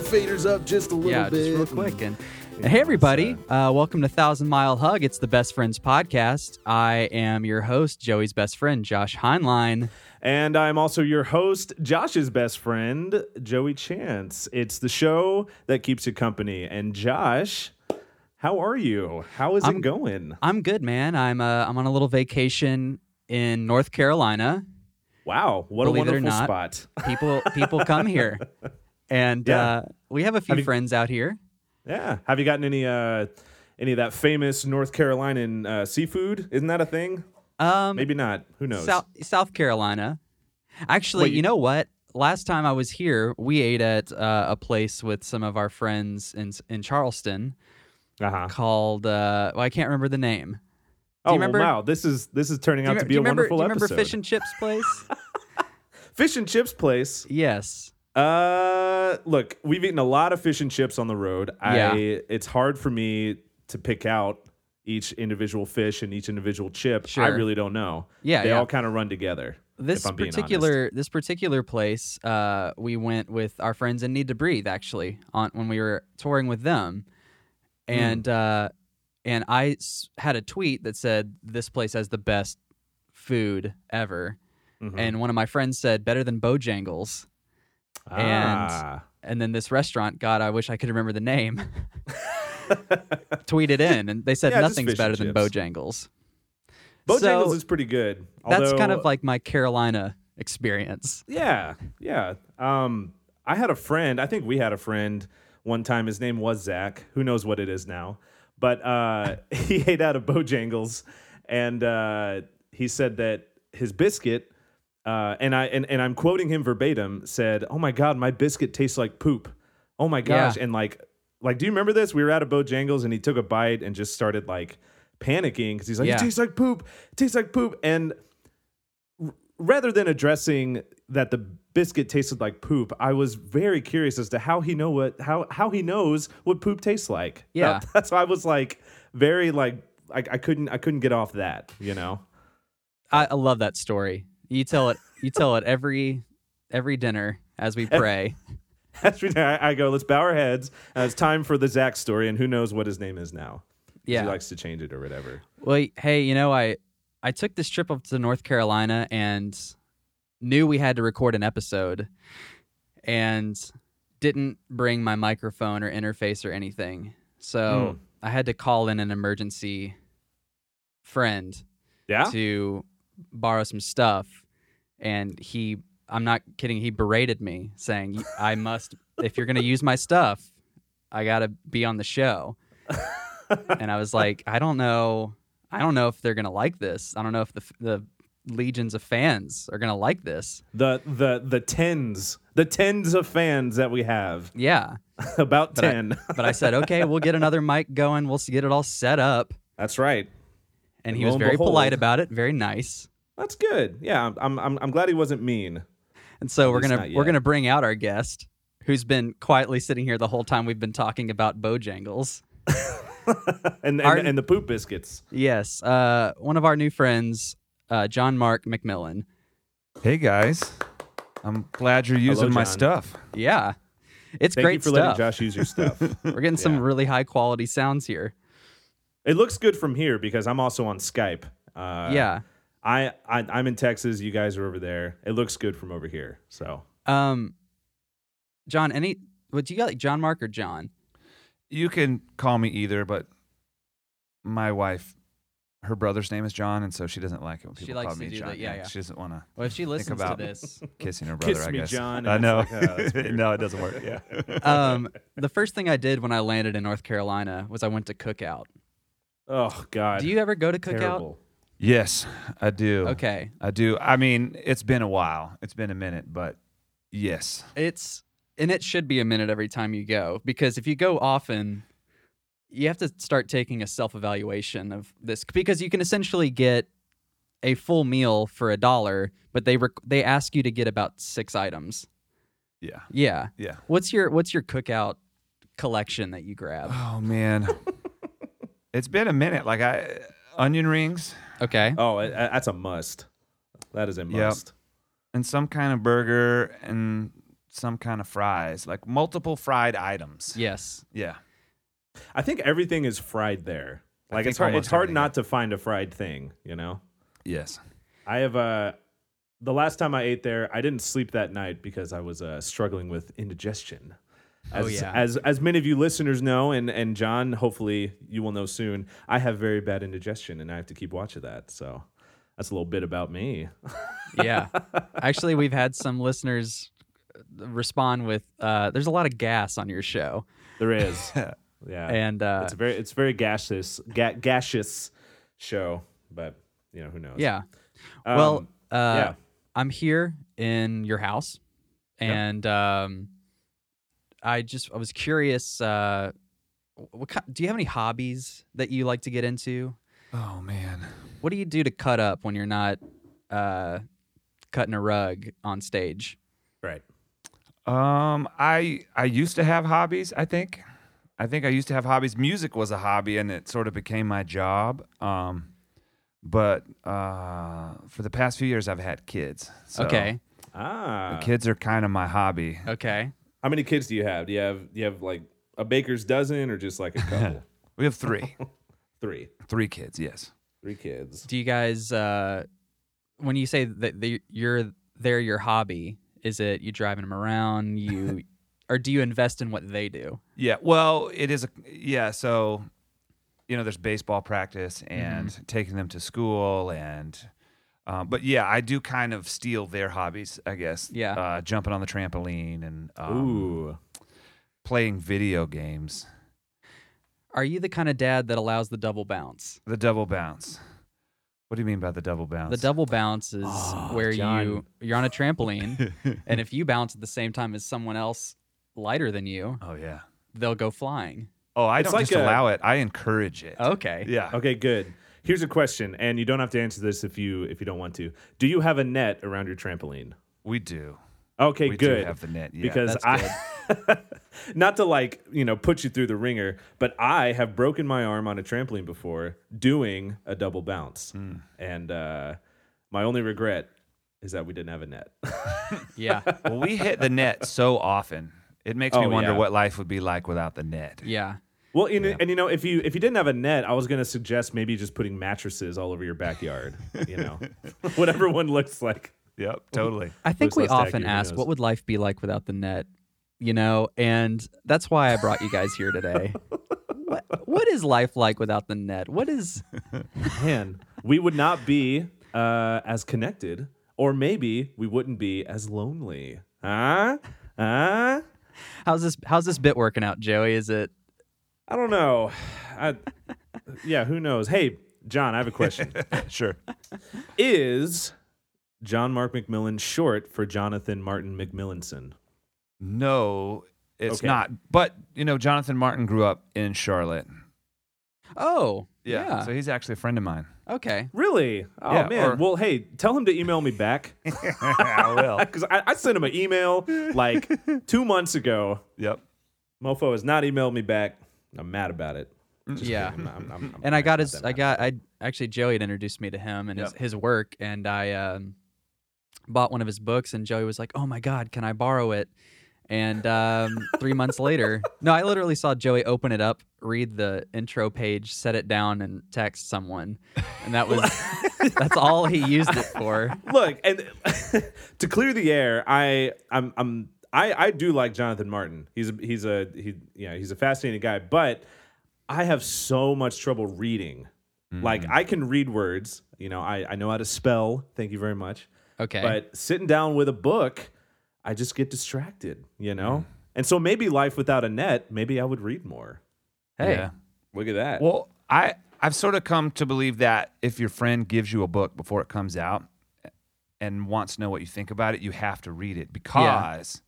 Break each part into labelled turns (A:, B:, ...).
A: faders up just a little
B: yeah,
A: bit.
B: just real quick. And, and hey, everybody, uh, welcome to Thousand Mile Hug. It's the Best Friends podcast. I am your host, Joey's best friend, Josh Heinlein.
C: And I'm also your host, Josh's best friend, Joey Chance. It's the show that keeps you company. And Josh, how are you? How is
B: I'm-
C: it going?
B: I'm good, man. I'm uh, I'm on a little vacation in North Carolina.
C: Wow, what a
B: Believe it or
C: wonderful
B: not.
C: spot.
B: People people come here, and
C: Yeah.
B: uh, we have a few
C: Have you-
B: friends out here.
C: Yeah. Have you gotten any uh any of that famous North Carolinian uh, seafood? Isn't that a thing?
B: Um,
C: Maybe not. Who knows?
B: South, South Carolina. Actually,
C: Wait,
B: you
C: you-
B: know what? Last time I was here, we ate at uh, a place with some of our friends in in Charleston
C: uh-huh.
B: called. Uh, well, I can't remember the name.
C: Oh
B: remember-
C: well, wow! This is this is turning
B: Do
C: out
B: you,
C: to
B: remem-
C: be
B: do you
C: a
B: remember? Do
C: wonderful
B: you remember
C: episode.
B: Fish and Chips Place?
C: Fish and chips place.
B: yes.
C: Uh, look, we've eaten a lot of fish and chips on the road. I it's hard for me to pick out each individual fish and each individual chip. I
B: Sure.
C: really don't know.
B: Yeah,
C: they
B: yeah.
C: all kind of run together.
B: This
C: if I'm being honest.
B: particular this particular place, uh, we went with our friends in Need to Breathe actually on when we were touring with them,
C: Hmm.
B: and uh, and I s- had a tweet that said this place has the best food ever,
C: Mhm.
B: and one of my friends said better than Bojangles,
C: Ah.
B: and- and then this restaurant, God, I wish I could remember the name, tweeted in, and they said
C: Yeah, just
B: nothing's
C: fish
B: better than
C: and chips.
B: Bojangles.
C: Bojangles
B: So,
C: is pretty good.
B: that's kind
C: although-
B: of like my Carolina experience.
C: Yeah, yeah. Um, I had a friend. I think we had a friend one time. His name was Zach. Who knows what it is now? But uh, he ate out of Bojangles, and uh, he said that his biscuit. Uh, and I and, and I'm quoting him verbatim. Said, "Oh my God, my biscuit tastes like poop. Oh my gosh!"
B: Yeah.
C: And like, like, do you remember this? We were out of Bojangles, and he took a bite and just started like panicking because he's like,
B: Yeah.
C: "It tastes like poop. It tastes like poop." And rather than addressing that the biscuit tasted like poop, I was very curious as to how he know what how how he knows what poop tastes like.
B: Yeah.
C: That- that's why I was like very like I, I couldn't I couldn't get off that. You know.
B: I, I love that story. You tell it. You tell it every every dinner as we pray.
C: That's when I, I go. Let's bow our heads. Uh, it's time for the Zach story, and who knows what his name is now. 'Cause
B: Yeah.
C: He likes to change it or whatever.
B: Well, hey, you know, I I took this trip up to North Carolina and knew we had to record an episode, and didn't bring my microphone or interface or anything. So I had to call in an emergency friend
C: Yeah.
B: to borrow some stuff and he i'm not kidding he berated me saying i must if you're going to use my stuff i got to be on the show and i was like i don't know i don't know if they're going to like this i don't know if the the legions of fans are going to like this
C: The the the tens the tens of fans that we have
B: yeah
C: about
B: But I-
C: ten.
B: but i said okay we'll get another mic going we'll s- get it all set up
C: that's right.
B: and
C: And
B: he
C: lo
B: was
C: and
B: very polite
C: behold.
B: about it very nice
C: That's good. Yeah. I'm- I'm I'm I'm glad he wasn't mean.
B: And so we're
C: least
B: gonna
C: not
B: we're
C: yet.
B: gonna bring out our guest, who's been quietly sitting here the whole time we've been talking about Bojangles.
C: and and,
B: Our-
C: and the poop biscuits.
B: Yes, uh, one of our new friends, uh, John Mark McMillan.
D: Hey guys, I'm glad you're using my
C: John.
D: stuff.
B: Yeah, it's
C: Thank
B: great
C: you for
B: stuff.
C: letting Josh use your stuff.
B: We're getting some
C: Yeah.
B: really high quality sounds here.
C: it looks good from here because I'm also on Skype. Uh,
B: yeah.
C: I, I I'm in Texas. You guys are over there. It looks good from over here. So
B: Um, John, any would you like John Mark or John?
D: You can call me either, but my wife, her brother's name is John, and so she doesn't like it when
B: She
D: people
B: likes
D: call
B: to
D: me
B: do
D: John.
B: that, yeah, yeah.
D: She doesn't want to
B: Well, if she listens to
D: about-
B: this,
D: kissing her brother.
C: Kiss
D: I
C: me,
D: guess.
C: John,
D: I
C: and
D: know.
C: it's like, oh, that's weird.
D: no, it doesn't work. Yeah.
B: um, the first thing I did when I landed in North Carolina was I went to Cookout.
C: oh god,
B: Do you ever go to Cookout?
C: terrible.
D: yes, I do.
B: Okay,
D: I do. I mean, it's been a while. It's been a minute, but yes.
B: It's and it should be a minute every time you go because if you go often, you have to start taking a self evaluation of this because you can essentially get a full meal for a dollar, but they rec- they ask you to get about six items.
D: Yeah.
B: Yeah.
D: Yeah.
B: What's your What's your cookout collection that you grab?
D: Oh man. it's been a minute. Like I onion rings.
B: Okay.
C: Oh, it, uh, that's a must. That is a
D: Yep.
C: must.
D: and some kind of burger and some kind of fries, like multiple fried items.
B: Yes.
D: Yeah.
C: I think everything is fried there.
D: I
C: Like
D: think
C: it's hard,
D: almost
C: it's hard
D: everything
C: not to find a fried thing, you know?
D: Yes.
C: I have uh the last time I ate there, I didn't sleep that night because I was uh, struggling with indigestion. As,
B: Oh, yeah.
C: as as many of you listeners know, and and John, hopefully you will know soon. I have very bad indigestion, and I have to keep watch of that. So that's a little bit about me.
B: Yeah. Actually, we've had some listeners respond with, uh, "There's a lot of gas on your show,"
C: There is, yeah,
B: and uh,
C: it's very it's very gaseous ga- gaseous show, but you know who knows?
B: yeah.
C: Um,
B: well, uh,
C: yeah.
B: I'm here in your house, and um, I just I was curious. Uh, what ki do you have any hobbies that you like to get into?
D: Oh man.
B: What do you do to cut up when you're not uh, cutting a rug on stage?
C: right.
D: Um, I I used to have hobbies. I think, I think I used to have hobbies. Music was a hobby, and it sort of became my job. Um, but uh, for the past few years, I've had kids.
C: Oh.
D: So
B: Okay,
C: Ah,
D: kids are kind of my hobby.
B: okay,
C: how many kids do you have? Do you have do you have like a baker's dozen or just like a couple?
D: We have three,
C: Three,
D: three kids. Yes.
C: three kids.
B: do you guys uh when you say that the, you're they're your hobby is it you driving them around you or do you invest in what they do
D: Yeah. Well, it is a yeah. So, you know, there's baseball practice and
C: Mm-hmm.
D: taking them to school and. Um, but yeah, I do kind of steal their hobbies, I guess.
B: Yeah.
D: uh, jumping on the trampoline and um,
C: Ooh,
D: playing video games.
B: are you the kind of dad that allows the double bounce
D: The double bounce. What do you mean by the double bounce?
B: the double bounce is
C: Oh,
B: where you
C: John.
B: you're on a trampoline and if you bounce at the same time as someone else lighter than you
D: Oh yeah.
B: they'll go flying
D: Oh, I
C: It's
D: don't
C: like
D: just
C: a-
D: allow it. I encourage it.
B: okay
D: Yeah.
C: Okay, good. Here's a question, and you don't have to answer this if you if you don't want to. Do you have a net around your trampoline?
D: We do.
C: Okay,
D: we
C: good.
D: do have the net. Yeah.
C: because
B: that's
C: I, not to like you know put you through the ringer, but I have broken my arm on a trampoline before doing a double bounce,
D: Hmm.
C: and uh, my only regret is that we didn't have a net.
B: yeah
D: well, we hit the net so often. It makes me
C: Oh,
D: wonder
C: yeah.
D: what life would be like without the net.
B: yeah
C: well, and, and you know if you if you didn't have a net, I was gonna suggest maybe just putting mattresses all over your backyard. you know, whatever one looks like.
D: Yep. Totally.
B: I think we
C: Who's less tacky,
B: often
C: who
B: ask,
C: knows?
B: what would life be like without the net? You know, and that's why I brought you guys here today. what, what is life like without the net? What is,
C: man, we would not be uh, as connected, or maybe we wouldn't be as lonely. Huh? Huh?
B: how's this, how's this bit working out, Joey? Is it,
C: I don't know. I, yeah, who knows? Hey, John, I have a question.
D: sure.
C: Is John Mark McMillan short for Jonathan Martin McMillanson?
D: No, it's
C: Okay.
D: not. But you know, Jonathan Martin grew up in Charlotte.
B: oh, yeah.
D: So he's actually a friend of mine.
B: okay.
C: Really? Oh
D: Yeah,
C: man.
D: or-
C: well, hey, tell him to email me back
D: I will.
C: because I, I sent him an email like two months ago.
D: Yep.
C: Mofo has not emailed me back. I'm mad about it.
B: Yeah.
C: I'm- I'm- I'm- I'm
B: And I got
C: not
B: his,
C: that
B: I
C: mad.
B: got, I actually, Joey had introduced me to him and his,
D: Yep.
B: his work. And I um, bought one of his books, and Joey was like, oh my God, can I borrow it? And um, three months later, no, I literally saw Joey open it up, read the intro page, set it down, and text someone, and that was that's all he used it for.
C: look and to clear the air i i'm i'm i i do like jonathan martin he's a he's a he you know he's a fascinating guy but i have so much trouble reading like i can read words you know i i know how to spell thank you very much
B: Okay,
C: but sitting down with a book i just get distracted you know and so maybe life without a net maybe i would read more
B: hey,
D: Yeah.
C: look at that
D: Well, I I've sort of come to believe that if your friend gives you a book before it comes out and wants to know what you think about it, you have to read it because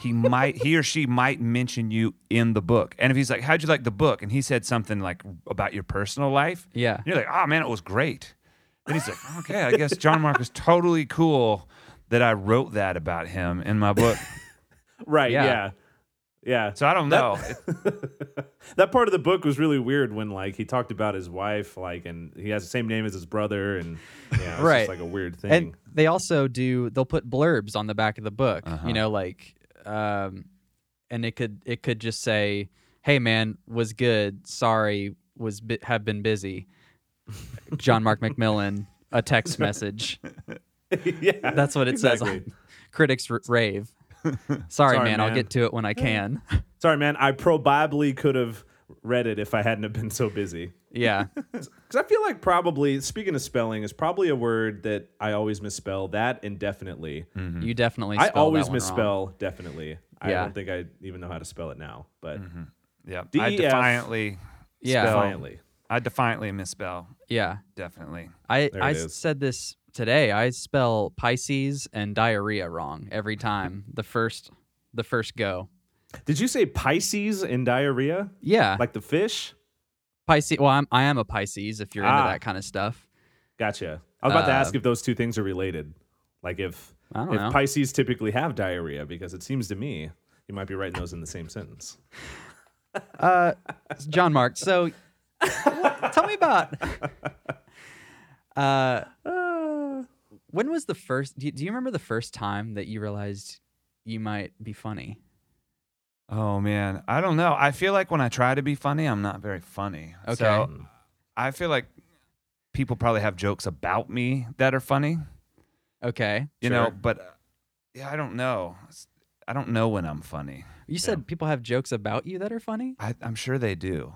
D: he might he or she might mention you in the book. And if he's like, "How'd you like the book?" and he said something like about your personal life,
B: yeah,
D: and you're like, "Oh man, it was great." Then he's like, "Okay, I guess John Mark is totally cool that I wrote that about him in my book."
C: right
B: yeah.
C: yeah, yeah.
D: So I don't know.
C: that part of the book was really weird when like he talked about his wife like and he has the same name as his brother and yeah, it's
B: Right.
C: just like a weird thing Uh-huh.
B: and they also do they'll put blurbs on the back of the book. You know, like um, and it could it could just say, "Hey man, was good. Sorry, was bu- have been busy." John Mark McMillan, a text message.
C: yeah,
B: That's what it says. On
C: Exactly.
B: Critics r- rave. Sorry,
C: Sorry,
B: man, I'll
C: man.
B: get to it when I can.
C: Sorry, man. I probably could have read it if I hadn't have been so busy.
B: yeah,
C: Because I feel like probably speaking of spelling is probably a word that I always misspell that indefinitely.
B: you definitely.
C: Mm-hmm.
B: spelled
C: I
B: Mm-hmm. that
C: always
B: one wrong.
C: misspell definitely. I
B: Yeah. Mm-hmm.
C: don't think I even know how to spell it now, but
D: Yeah. I
C: DEF.
D: defiantly
B: E Yeah.
D: spell-
C: defiantly.
B: Oh.
D: I defiantly misspell.
B: Yeah,
D: Definitely.
B: I
C: There it
B: I
C: is.
B: said this today. I spell Pisces and diarrhea wrong every time. The first the first go.
C: Did you say Pisces in diarrhea?
B: Yeah, like
C: Like the fish?
B: Pisces. Well, I'm I am a Pisces. If you're
C: Ah.
B: into that kind of stuff,
C: Gotcha. I was about to
B: Uh,
C: ask if those two things are related. Like if
B: I don't
C: if
B: know.
C: Pisces typically have diarrhea, because it seems to me you might be writing those in the same sentence.
B: uh, John Mark. So, what- tell me about. Uh, when was the first? Do you, do you remember the first time that you realized you might be funny?
D: Oh man, I don't know. I feel like when I try to be funny, I'm not very funny.
B: Okay.
D: So I feel like people probably have jokes about me that are funny,
B: Okay,
D: you
C: Sure.
D: know, but uh, yeah, I don't know. It's- I don't know when I'm funny.
B: you said people have jokes about you that are funny.
D: I, I'm sure they do.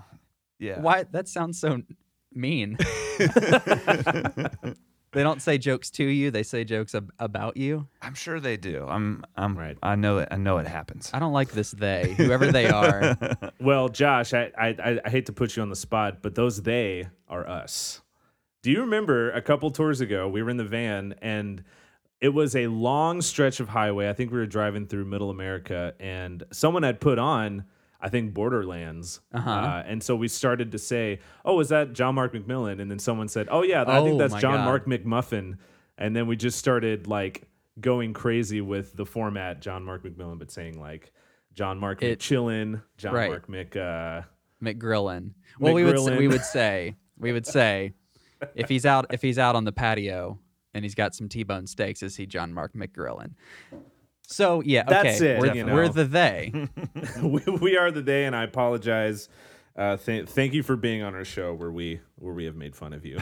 D: Yeah.
B: Why? That sounds so mean. they don't say jokes to you; they say jokes ab- about you.
D: I'm sure they do. I'm I'm
C: Right.
D: I know it I know it happens.
B: I don't like this they, whoever they are.
C: Well, Josh, I, I- I I hate to put you on the spot, but those they are us. Do you remember a couple tours ago we were in the van and it was a long stretch of highway. I think we were driving through Middle America and someone had put on I think Borderlands,
B: Uh-huh.
C: Uh, and so we started to say, "Oh, is that John Mark McMillan?" And then someone said, "Oh yeah, I
B: Oh,
C: think that's
B: my
C: John
B: God.
C: Mark McMuffin." And then we just started like going crazy with the format John Mark McMillan, but saying like John Mark
B: It-
C: McChillin, John
B: Right.
C: Mark Mc. Uh,
B: McGrillin. Well, we would say,
C: McGrillin.
B: we would say we would say if he's out if he's out on the patio and he's got some T-bone steaks, is he John Mark McGrillin? So yeah, okay,
C: That's it,
B: We're,
C: you
B: we're
C: know.
B: the they.
C: we, we are the day, and I apologize. Uh, th- thank you for being on our show where we where we have made fun of you.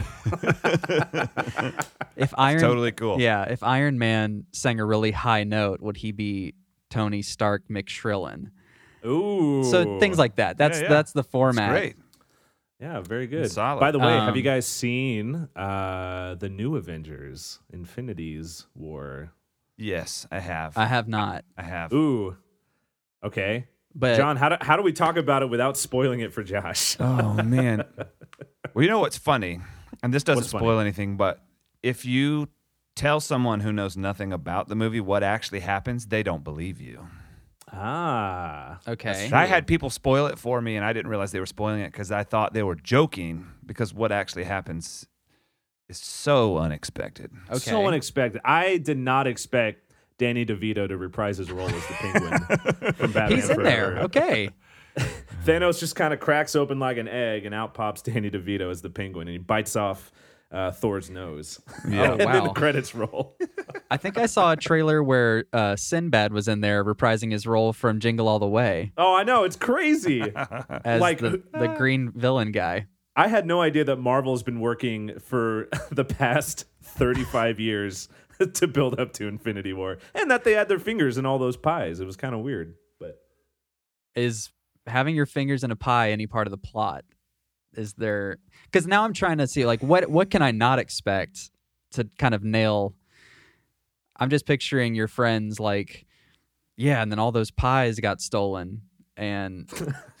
B: If Iron
D: totally cool.
B: yeah, if Iron Man sang a really high note, would he be Tony Stark McShrillin?
C: Ooh,
B: So things like that. That's
D: yeah.
B: that's the
D: It's
B: format.
D: great.
C: yeah, very good.
D: Solid.
C: By the way, have
B: Um,
C: you guys seen uh, the new Avengers: Infinity's War?
D: Yes, I have.
B: I
D: I,
B: have not,
D: have.
C: Ooh, okay,
B: but
C: John, how do how do we talk about it without spoiling it for Josh?
D: Oh man. well, you know what's funny, and this doesn't
C: What's funny?
D: spoil anything, but if you tell someone who knows nothing about the movie what actually happens, they don't believe you.
C: ah,
B: okay,
D: I had people spoil it for me, and I didn't realize they were spoiling it because I thought they were joking. Because what actually happens is so unexpected.
B: okay.
C: So unexpected. I did not expect Danny DeVito to reprise his role as the Penguin from Batman.
B: He's in there.
C: Forever.
B: Okay.
C: Thanos just kind of cracks open like an egg, and out pops Danny DeVito as the Penguin, and he bites off uh, Thor's nose.
D: Yeah.
C: and then
B: wow.
C: the credits roll.
B: I think I saw a trailer where uh, Sinbad was in there reprising his role from Jingle All the Way
C: oh, I know. It's crazy.
B: as
C: Like-
B: the, the
D: Uh.
B: green villain guy.
C: I had no idea that Marvel's been working for the past 35 years to build up to Infinity War, and that they had their fingers in all those pies. It was kind of weird, but.
B: Is having your fingers in a pie any part of the plot? Is there because now I'm trying to see like what what can I not expect to kind of nail? I'm just picturing your friends like, yeah, and then all those pies got stolen and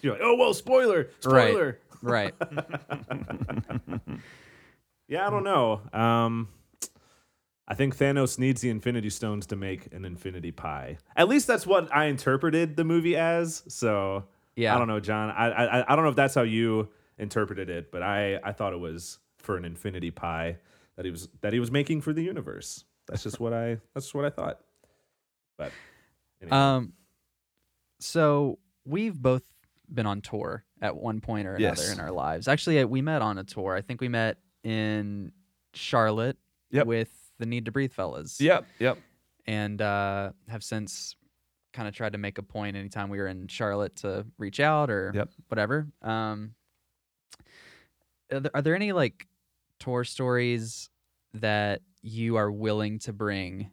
C: You're like, oh well, spoiler,
B: Right.
C: spoiler.
B: right.
C: Yeah, I don't know. Um, I think Thanos needs the Infinity Stones to make an Infinity Pie. At least that's what I interpreted the movie as. So
B: Yeah.
C: I don't know, John. I I, I don't know if that's how you interpreted it, but I I thought it was for an Infinity Pie that he was that he was making for the universe. That's just what I that's what I thought. But anyway.
B: Um, so we've both been on tour at one point or another
D: Yes.
B: in our lives. Actually, uh, we met on a tour. I think we met in Charlotte
D: Yep.
B: with the Need to Breathe fellas.
D: Yep, yep.
B: and uh, have since kind of tried to make a point anytime we were in Charlotte to reach out or
D: Yep.
B: whatever. Um, are there, are there any like tour stories that you are willing to bring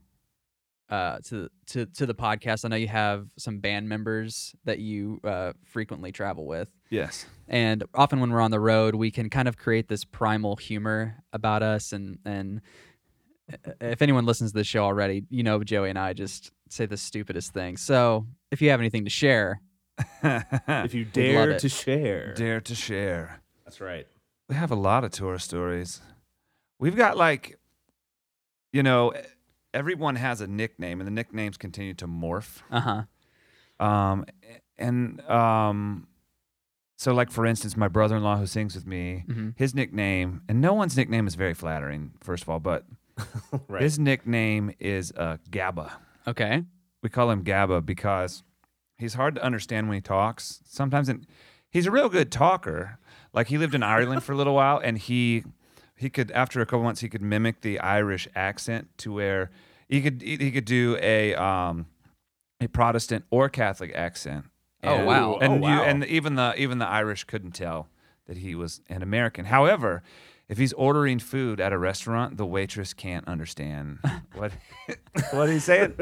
B: uh, to to to the podcast? I know you have some band members that you uh, frequently travel with.
D: Yes.
B: and often when we're on the road we can kind of create this primal humor about us and and uh, if anyone listens to the show already you know joey and i just say the stupidest things so if you have anything to share
D: Dare
C: If you
B: love
C: dare
B: it.
C: to share.
D: to share.
C: That's right.
D: we have a lot of tour stories. We've got like, you know, e, everyone has a nickname, and the nicknames continue to morph.
B: uh-huh
D: Um, and um, so, like for instance, my brother-in-law who sings with me,
B: hmm
D: his nickname, and no one's nickname is very flattering, first of all, but
C: Right.
D: his nickname is uh, Gabba.
B: okay
D: We call him Gabba because he's hard to understand when he talks. Sometimes and he's a real good talker. Like he lived in Ireland for a little while and he he could after a couple months he could mimic the Irish accent to where he could he he could do a um a Protestant or Catholic accent.
B: Oh,
D: And-
B: wow.
D: And
C: Oh,
D: you
C: wow.
D: and even the even the Irish couldn't tell that he was an American. However, if he's ordering food at a restaurant, the waitress can't understand what what he's saying.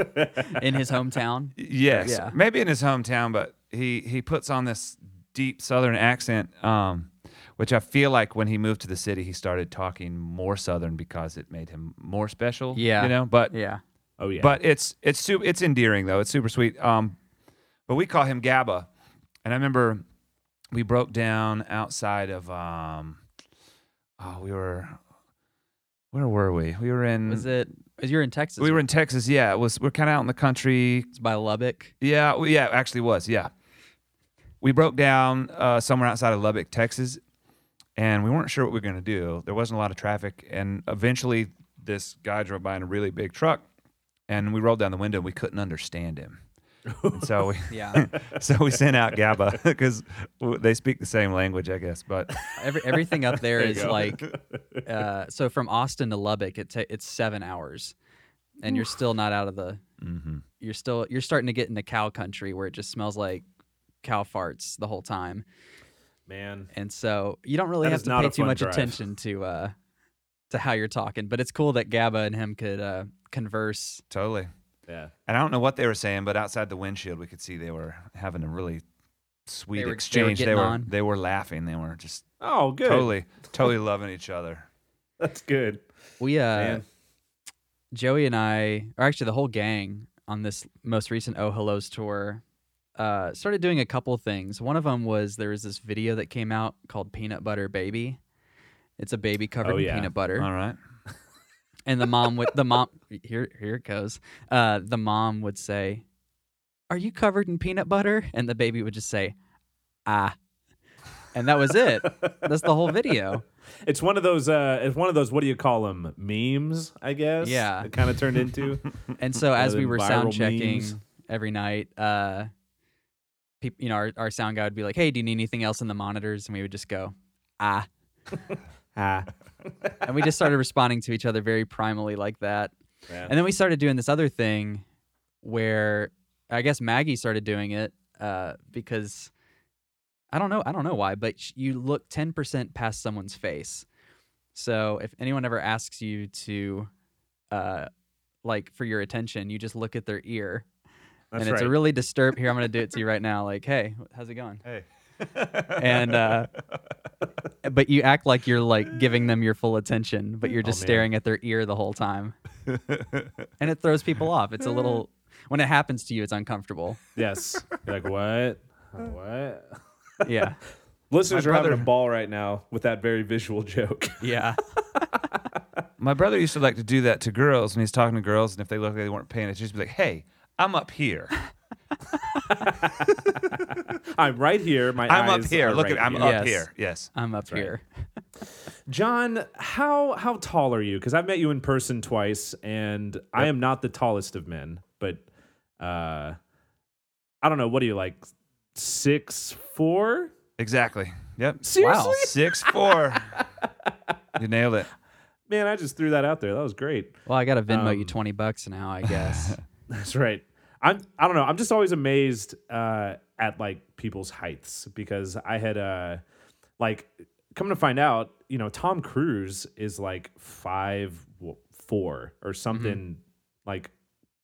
B: in his hometown
D: Yes,
B: Yeah.
D: maybe in his hometown, but he he puts on this deep Southern accent, um, which I feel like when he moved to the city, he started talking more Southern because it made him more special.
B: Yeah.
D: you know, but
B: yeah
C: Oh yeah.
D: but it's it's su- it's endearing though. It's super sweet. Um, but we call him Gabba, and I remember we broke down outside of um, oh, we were where were we? We were in
B: was it was you're in texas
D: Mm. we were in Texas. Yeah, it was we're kind of out in the country,
B: it's by lubbock
D: yeah, well, yeah, it actually was. Yeah, we broke down uh, somewhere outside of Lubbock, Texas, and we weren't sure what we were going to do. There wasn't a lot of traffic, and eventually, this guy drove by in a really big truck, and we rolled down the window. and We couldn't understand him, And so we
B: yeah
D: so we sent out Gabba because they speak the same language, I guess. But
B: Every, everything up there
C: you
B: is
C: go.
B: like uh, so from austin to lubbock it ta- it's seven hours and you're still not out of the
C: Mm-hmm.
D: Mhm.
B: you're still you're starting to get into cow country where it just smells like cow farts the whole time
C: man.
B: and so you don't really
C: That
B: have
C: is
B: to
C: not
B: pay
C: a
B: too
C: fun
B: much
C: drive.
B: attention to uh to how you're talking but it's cool that gaba and him could uh converse
D: totally.
C: Yeah.
D: And I don't know what they were saying, but outside the windshield, we could see they were having a really sweet
B: They were- they were
D: exchange.
B: getting
D: they were
B: on.
D: they were laughing. They were just
C: Oh, good.
D: Totally, totally loving each other.
C: That's good.
B: we uh
C: Man.
B: joey and i or actually the whole gang on this most recent oh hellos tour uh started doing a couple things one of them was there was this video that came out called peanut butter baby it's a baby covered
C: Oh,
B: in
C: yeah.
B: peanut butter
D: All right.
B: and the mom would the mom here here it goes uh the mom would say are you covered in peanut butter and the baby would just say ah and that was it that's the whole video
C: It's one of those. Uh, it's one of those. What do you call them? Memes, I guess.
B: Yeah.
C: It kind of turned into.
B: and so as
C: Other
B: we
C: than
B: were
C: viral
B: sound checking
C: memes.
B: every night uh peop, you know our, our sound guy would be like hey do you need anything else in the monitors and we would just go ah
C: ah.
B: and we just started responding to each other very primally like that
C: Yeah.
B: And then we started doing this other thing where I guess Maggie started doing it uh, because I don't know, I don't know why, but sh- you look 10% past someone's face. So if anyone ever asks you to, uh, like, for your attention, you just look at their ear.
C: That's
B: and it's
C: right.
B: a really disturb. Here, I'm going to do it to you right now. Like, hey, how's it going?
D: Hey.
B: And, uh, but you act like you're like giving them your full attention, but you're just
C: Oh, man.
B: staring at their ear the whole time. and it throws people off. It's a little when it happens to you, it's uncomfortable.
C: yes. You're like what? What?
B: Yeah,
C: Listeners
D: My
C: are having a
D: brother-
C: ball right now with that very visual joke.
B: yeah.
D: My brother used to like to do that to girls when he's talking to girls, and if they looked like they weren't paying attention, he'd be like, "Hey, I'm up here.
C: I'm right here. My
D: I'm up
C: eyes
D: here.
C: are
D: Look
C: right
D: at, I'm
C: here.
D: up
B: Yes.
D: here. Yes.
B: I'm up here.
C: John, how how tall are you? Because I've met you in person twice, and I am not the tallest of men, but uh, I don't know. What are you like? Six four?
D: Exactly. Yep.
C: Seriously,
B: Wow.
D: Six four. you nailed it.
C: man! I just threw that out there. That was great.
B: Well, I got to Venmo you
C: Um,
B: twenty bucks now, I guess.
C: That's right. I'm I don't know. I'm just always amazed uh, at like people's heights because I had uh like come to find out, you know, Tom Cruise is like five w- four or something like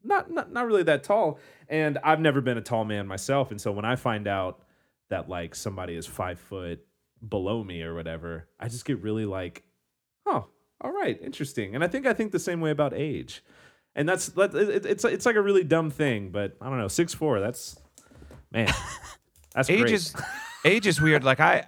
C: not, not not really that tall. And I've never been a tall man myself, and so when I find out that like somebody is five foot below me or whatever, I just get really like, oh, all right, interesting. And I think I think the same way about age and that's that, it, it's it's like a really dumb thing, but I don't know. Six four, that's man, that's
D: age
C: great.
D: is age is weird. Like I,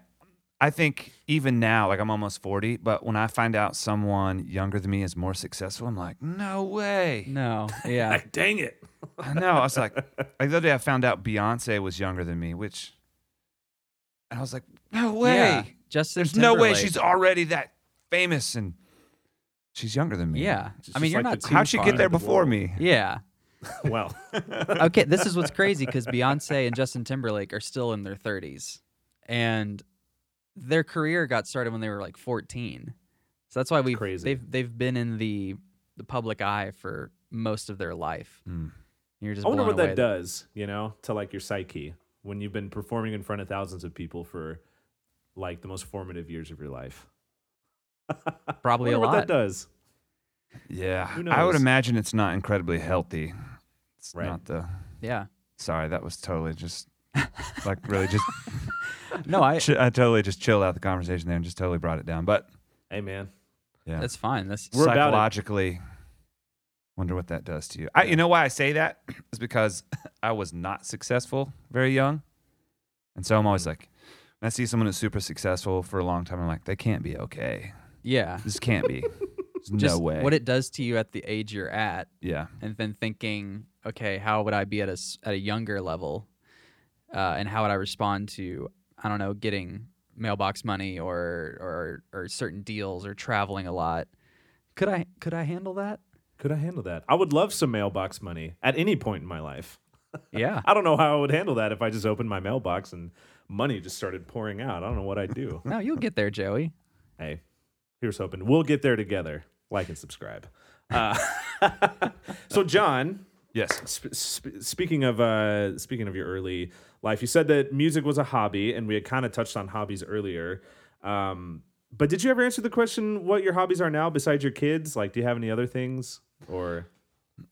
D: I think even now, like I'm almost forty, but when I find out someone younger than me is more successful, I'm like, no way.
B: No, yeah,
C: Like, dang it.
D: I know. I was like, like the other day I found out Beyonce was younger than me, which and I was like, no way.
B: yeah. Justin
D: There's no way
B: Timberlake.
D: she's already that famous and she's younger than me.
B: Yeah,
C: It's
B: I mean,
C: just
B: you're
C: like
B: not
C: the
B: too
D: How'd she
B: far.
D: get there
C: of the
D: before
C: world.
D: me?
B: Yeah.
C: Well,
B: okay, this is what's crazy because Beyonce and Justin Timberlake are still in their 30s, and their career got started when they were like 14. So that's why we
C: Crazy.
B: they've they've been in the the public eye for most of their life.
D: Mm.
B: You're just
C: I wonder
B: blown
C: what that
B: away
C: does, you know, to like your psyche when you've been performing in front of thousands of people for like the most formative years of your life.
B: Probably
C: wonder
B: a
C: what
B: lot.
C: that does.
D: Yeah.
C: Who
D: I would
C: knows?
D: imagine it's not incredibly healthy. It's
C: Right.
D: not the
B: Yeah.
D: sorry, that was totally just like really just
B: No, I.
D: Ch- I totally just chilled out the conversation there and just totally brought it down. But
C: Hey man,
D: yeah,
B: That's fine. That's
C: We're about it.
D: psychologically, wonder what that does to you. I, you know why I say that is because I was not successful very young, and so I'm always like, when I see someone who's super successful for a long time, I'm like, they can't be okay.
B: yeah.
D: This can't be. There's
B: Just
D: no way.
B: what it does to you at the age you're at,
D: yeah.
B: and then thinking, okay, how would I be at a s- at a younger level, uh, and how would I respond to I don't know getting mailbox money or or or certain deals or traveling a lot? Could I could I handle that?
C: could I handle that? I would love some mailbox money at any point in my life.
B: Yeah,
C: I don't know how I would handle that if I just opened my mailbox and money just started pouring out. I don't know what I'd do.
B: no, you'll get there, Joey.
C: hey, here's hoping we'll get there together. Like and subscribe. Uh, so, John,
D: Yes.
C: sp- sp- speaking of uh, speaking of your early life, you said that music was a hobby, and we had kind of touched on hobbies earlier. Um, but did you ever answer the question what your hobbies are now besides your kids? Like, do you have any other things? Or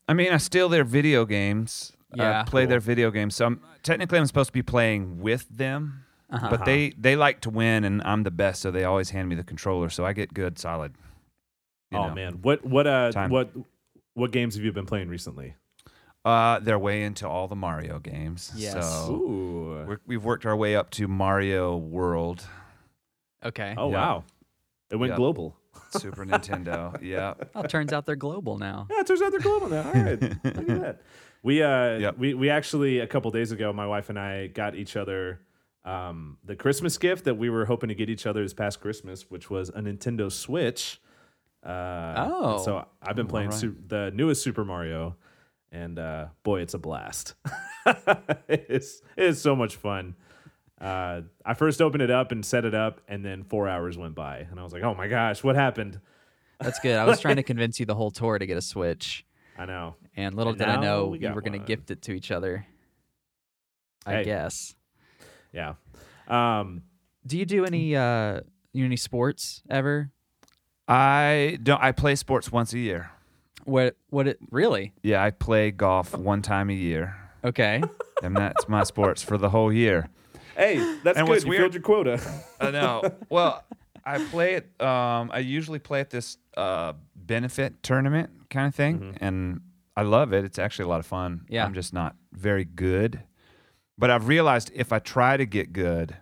D: I mean, I steal their video games.
B: Yeah.
D: I play their video games. So I'm technically I'm supposed to be playing with them, but they they like to win, and I'm the best, so they always hand me the controller, so I get good, solid. you
C: oh
D: know.
C: man, what what uh
D: Time.
C: what what games have you been playing recently?
D: Uh, they're way into all the Mario games.
B: Yes.
D: So
C: Ooh,
D: Oh. we're, we've worked our way up to Mario World,
B: Okay.
C: oh
D: Yeah.
C: wow, it went
D: Yeah.
C: global.
D: Super Nintendo. Yeah.
B: Well, Oh, turns out they're global now.
C: Yeah, it turns out they're global now. All right, look at that. We uh,
D: Yep.
C: we we actually a couple days ago, my wife and I got each other um, the Christmas gift that we were hoping to get each other this past Christmas, which was a Nintendo Switch. Uh, and
B: Oh.
C: so I've been playing
D: alright.
C: Su- the newest Super Mario, and uh, boy, it's a blast. it's it's so much fun. Uh, I first opened it up and set it up, and then four hours went by, and I was like, "Oh my gosh, what happened?"
B: That's good. I was trying to convince you the whole tour to get a switch.
C: I know.
B: And little
C: And
B: did I
C: now
B: know
C: we
B: we,
C: got
B: were going to
C: one.
B: gift it to each other. I
C: Hey.
B: guess.
C: Yeah. Um,
B: Do you do any uh you do any sports ever?
D: I don't. I play sports once a year.
B: What what it really?
D: Yeah, I play golf one time a year,
B: Okay.
D: and that's my sports for the whole year.
C: Hey, that's
D: And
C: good.
D: what's
C: You
D: weird-
C: filled your quota.
D: I know. Well, I play it. Um, I usually play at this uh, benefit tournament kind of thing, and I love it. It's actually a lot of fun.
B: Mm-hmm. Yeah.
D: I'm just not very good, but I've realized if I try to get good,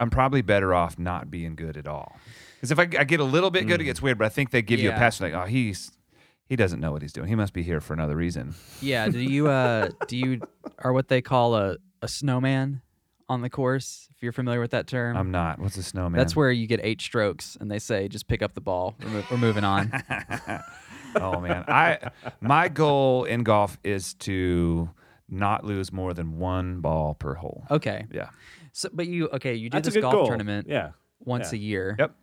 D: I'm probably better off not being good at all. Because if I, I get a little bit good, it gets weird. But I think they give you a
B: Mm. Yeah.
D: pass. Like, oh, he's he doesn't know what he's doing. He must be here for another reason.
B: yeah, do you uh do you are what they call a a snowman on the course if you're familiar with that term?
D: I'm not. What's a snowman?
B: That's where you get eight strokes and they say just pick up the ball. We're, mo- we're moving on.
D: oh man i my goal in golf is to not lose more than one ball per hole
B: Okay.
D: yeah
B: So but you okay, you do
C: That's a
B: this
C: good
B: golf
C: goal.
B: tournament
C: Yeah.
B: once
C: yeah.
B: a year.
D: Yep.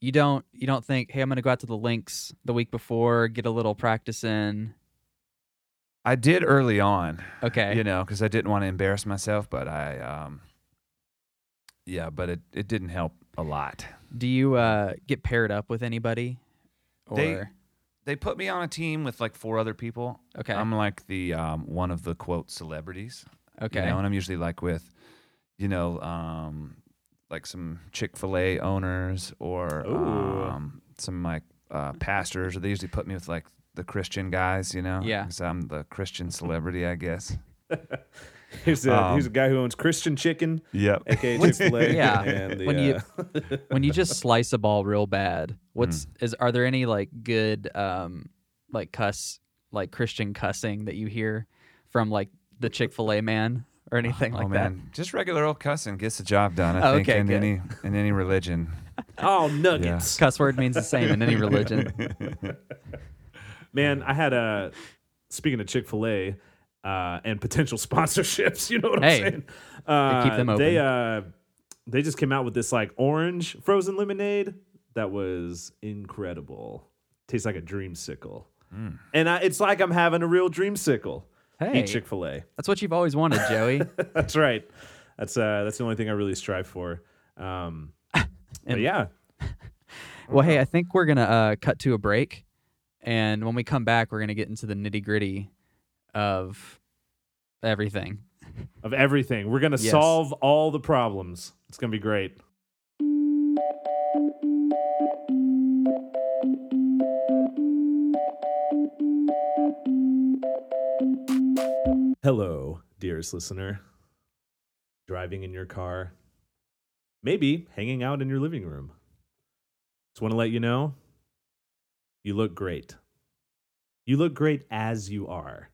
B: You don't you don't think, "Hey, I'm going to go out to the links the week before, get a little practice in."
D: I did early on,
B: Okay.
D: you know, because I didn't want to embarrass myself, but I, um, yeah, but it, it didn't help a lot.
B: Do you uh, get paired up with anybody? Or
D: They- They put me on a team with like four other people.
B: okay,
D: I'm like the um, one of the quote celebrities.
B: okay,
D: You know, and I'm usually like with, you know, um, like some Chick Fil A owners or
C: Ooh.
D: um, some like uh, pastors, or they usually put me with like the Christian guys. You know,
B: Yeah.
D: 'cause I'm the Christian celebrity, I guess.
C: Here's a,
D: Um,
C: here's uh, a guy who owns Christian Chicken,
D: Yep.
C: aka Chick Fil A.
B: yeah.
C: and the,
B: When you-
C: uh,
B: when you just slice a ball real bad, what's is are there any like good um like cuss like Christian cussing that you hear from like the Chick Fil A man or anything like
D: oh man, just regular old cussing gets the job done. I
B: Oh,
D: think
B: okay,
D: in
B: good.
D: any in any religion.
C: oh nuggets.
B: that? Cuss word means the same in any religion.
C: Man, I had a speaking of Chick Fil A uh, and potential sponsorships. You know what
B: Hey,
C: I'm saying? Uh,
B: keep them open.
C: They uh, they just came out with this like orange frozen lemonade that was incredible. Tastes like a dreamsicle, and I, it's like I'm having a real dreamsicle.
B: Hmm. Hey.
C: Eat Chick Fil A.
B: That's what you've always wanted, Joey.
C: That's right. That's uh, that's the only thing I really strive for. Um, but yeah,
B: well, hey, I think we're gonna uh, cut to a break, and when we come back, we're gonna get into the nitty gritty of everything.
C: of everything, we're gonna
B: Yes.
C: solve all the problems. It's gonna be great. Hello, dearest listener. Driving in your car, maybe hanging out in your living room. Just want to let you know you look great. You look great as you are.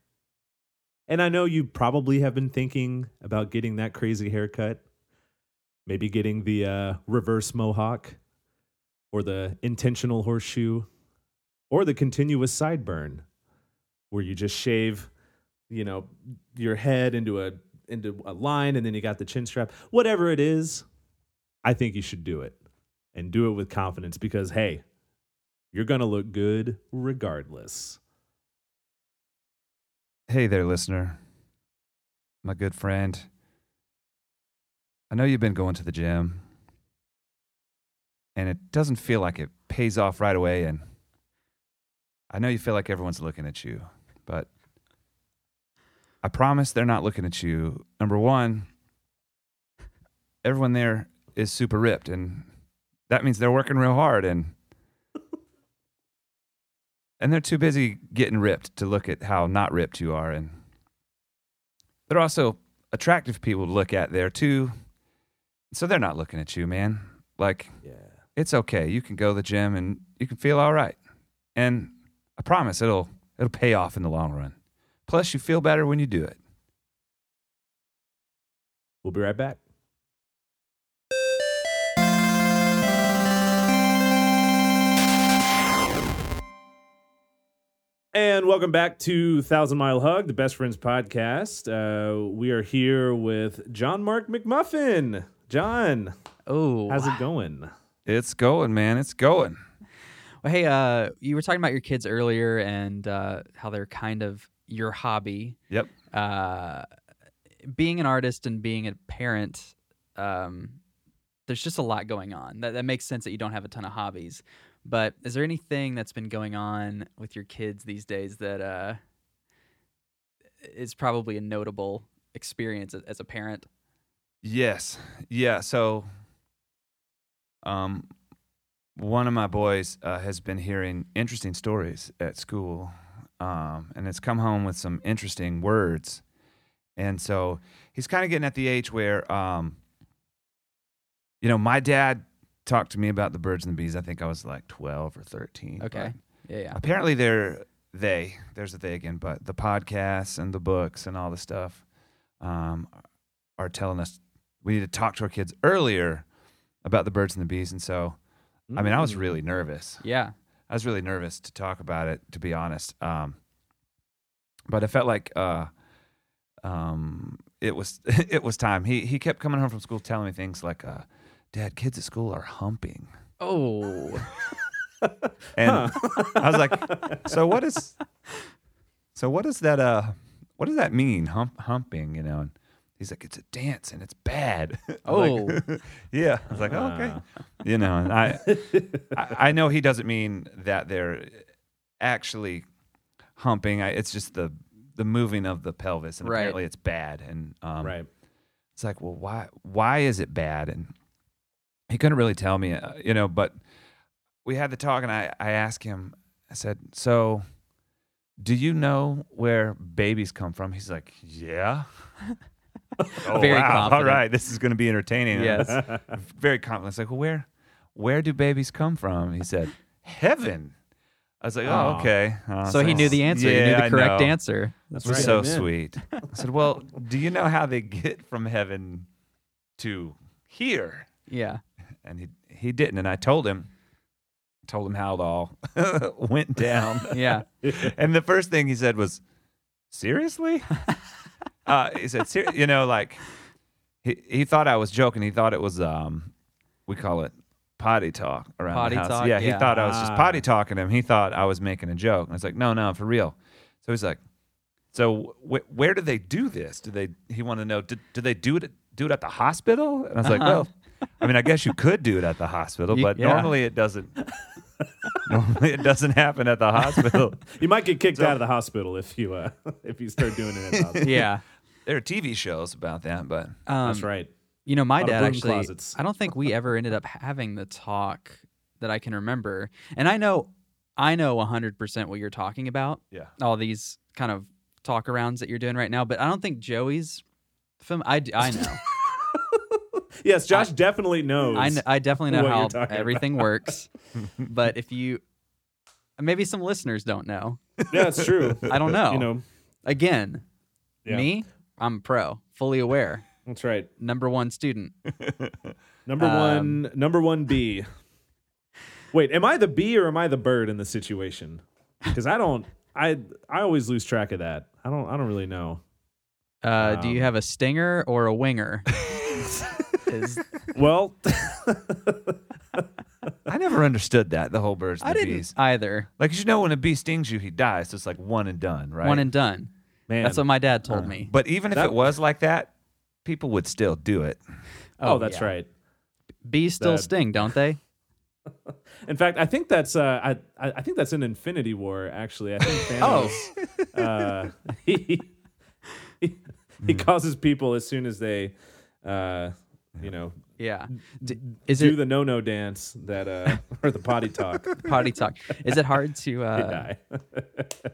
C: And I know you probably have been thinking about getting that crazy haircut, maybe getting the uh, reverse mohawk, or the intentional horseshoe, or the continuous sideburn, where you just shave, you know, your head into a into a line, and then you got the chin strap. Whatever it is, I think you should do it, and do it with confidence because hey, you're gonna look good regardless.
D: Hey there, listener. My good friend. I know you've been going to the gym, and it doesn't feel like it pays off right away. And I know you feel like everyone's looking at you, but I promise they're not looking at you. Number one, everyone there is super ripped, and that means they're working real hard and and they're too busy getting ripped to look at how not ripped you are and they're also attractive people to look at there too so they're not looking at you man like
C: Yeah.
D: it's okay you can go to the gym and you can feel all right and i promise it'll it'll pay off in the long run plus you feel better when you do it
C: We'll be right back. And welcome back to Thousand Mile Hug, the Best Friends podcast. Uh, we are here with John Mark McMuffin. John,
B: Oh,
C: how's it going?
D: it's going man it's going
B: Well, hey, uh, you were talking about your kids earlier and uh, how they're kind of your hobby.
D: yep
B: Uh, being an artist and being a parent, um, there's just a lot going on. That, that makes sense that you don't have a ton of hobbies. But is there anything that's been going on with your kids these days that uh, is probably a notable experience as, as a parent?
D: Yes. Yeah. So, um, one of my boys uh, has been hearing interesting stories at school, um, and it's come home with some interesting words, and so he's kind of getting at the age where, um, you know, my dad talked to me about the birds and the bees. I think I was like twelve or thirteen.
B: Okay.
D: but
B: Yeah, yeah.
D: Apparently, they're they. There's a they again, but the podcasts and the books and all the stuff um, are telling us we need to talk to our kids earlier about the birds and the bees. And so, I mean, I
C: Mm.
D: was really nervous.
B: Yeah.
D: I was really nervous to talk about it, to be honest. Um, but I felt like uh, um, it was it was time. He he kept coming home from school telling me things like, uh, "Dad, kids at school are humping."
B: Oh,
D: And I was like, so what is so what does that uh what does that mean? Hump humping, you know? And he's like, it's a dance and it's bad. I'm like, yeah. I was like, oh, okay. You know, and I, I I know he doesn't mean that they're actually humping. I, it's just the the moving of the pelvis, and
B: Right.
D: apparently it's bad. And um,
C: right.
D: it's like, well, why why is it bad? And he couldn't really tell me, uh, you know. But we had the talk, and I I asked him. I said, so do you know where babies come from? He's like, yeah. oh,
B: Very
D: wow. All
B: confident.
D: right, this is going to be entertaining. And I was
B: Yes.
D: Very confident. It's like, well, where where do babies come from? He said, heaven. I was like, oh,
C: Aw.
D: okay. Uh,
B: So he knew the answer. he
D: yeah,
B: knew
D: I
B: the correct
D: know.
B: answer.
C: That's
D: This
C: right.
D: is so
C: Amen.
D: sweet. I said, Well, do you know how they get from heaven to here?
B: Yeah.
D: And he, he didn't. And I told him, told him how it all went down.
B: Yeah.
D: and the first thing he said was, Seriously? uh, he said, "Ser- You know, like, he, he thought I was joking. He thought it was, um, we call it potty talk around
B: Potty
D: the house.
B: talk,
D: yeah, he
B: yeah.
D: thought I was just
C: Ah.
D: potty talking to him. He thought I was making a joke. And I was like, No, no, for real. So he's like, so wh- where do they do this? Do they? He wanted to know. Do, do they do it? Do it at the hospital? And I was like, well, I mean, I guess you could do it at the hospital,
B: Uh-huh. You-
D: but
B: yeah.
D: normally it doesn't. normally it doesn't happen at the hospital.
C: You might get kicked out of the hospital if you uh, if you start doing it. At the hospital.
B: Yeah.
D: there are TV shows about that, but
B: Um,
C: That's right.
B: You know, my
C: lot of
B: dad
C: broom
B: actually.
C: closets.
B: I don't think we ever ended up having the talk that I can remember. And I know, I know 100% what you're talking about.
D: yeah,
B: All these kind of talk arounds that you're doing right now, but I don't think Joey's film. I, d- I know.
C: Yes, Josh definitely knows.
B: I, kn- I definitely know
C: what you're
B: how
C: talking
B: everything works. but if you, maybe some listeners don't know.
C: Yeah, it's true.
B: I don't know.
C: You know,
B: Again,
C: Yeah.
B: me, I'm a pro, fully aware,
C: that's right.
B: number one student.
C: Number one, number one bee. Wait, am I the bee or am I the bird in the situation? Because I don't, I I always lose track of that. I don't, I don't really know.
B: Uh, do you have a stinger or a winger? Is-
C: Well,
D: I never understood that the whole birds and
B: I
D: the
B: didn't
D: bees.
B: either.
D: Like you know, when a bee stings you, he dies. So it's like one and done, right?
B: One and done.
C: man,
B: That's what my dad told me.
D: but even if
C: That-
D: it was like that, people would still do it.
C: oh, that's
B: yeah.
C: right.
B: Bees still
C: That-
B: sting, don't they?
C: In fact, I think that's, uh, I, I I think that's an Infinity War. Actually, I think
B: Oh.
C: Thanos. uh, he, he he causes people as soon as they, uh, you know,
B: Yeah. D- is
C: do
B: it
C: the no no dance that uh, or the potty talk.
B: potty talk? Is it hard to
C: They
B: uh,
C: die.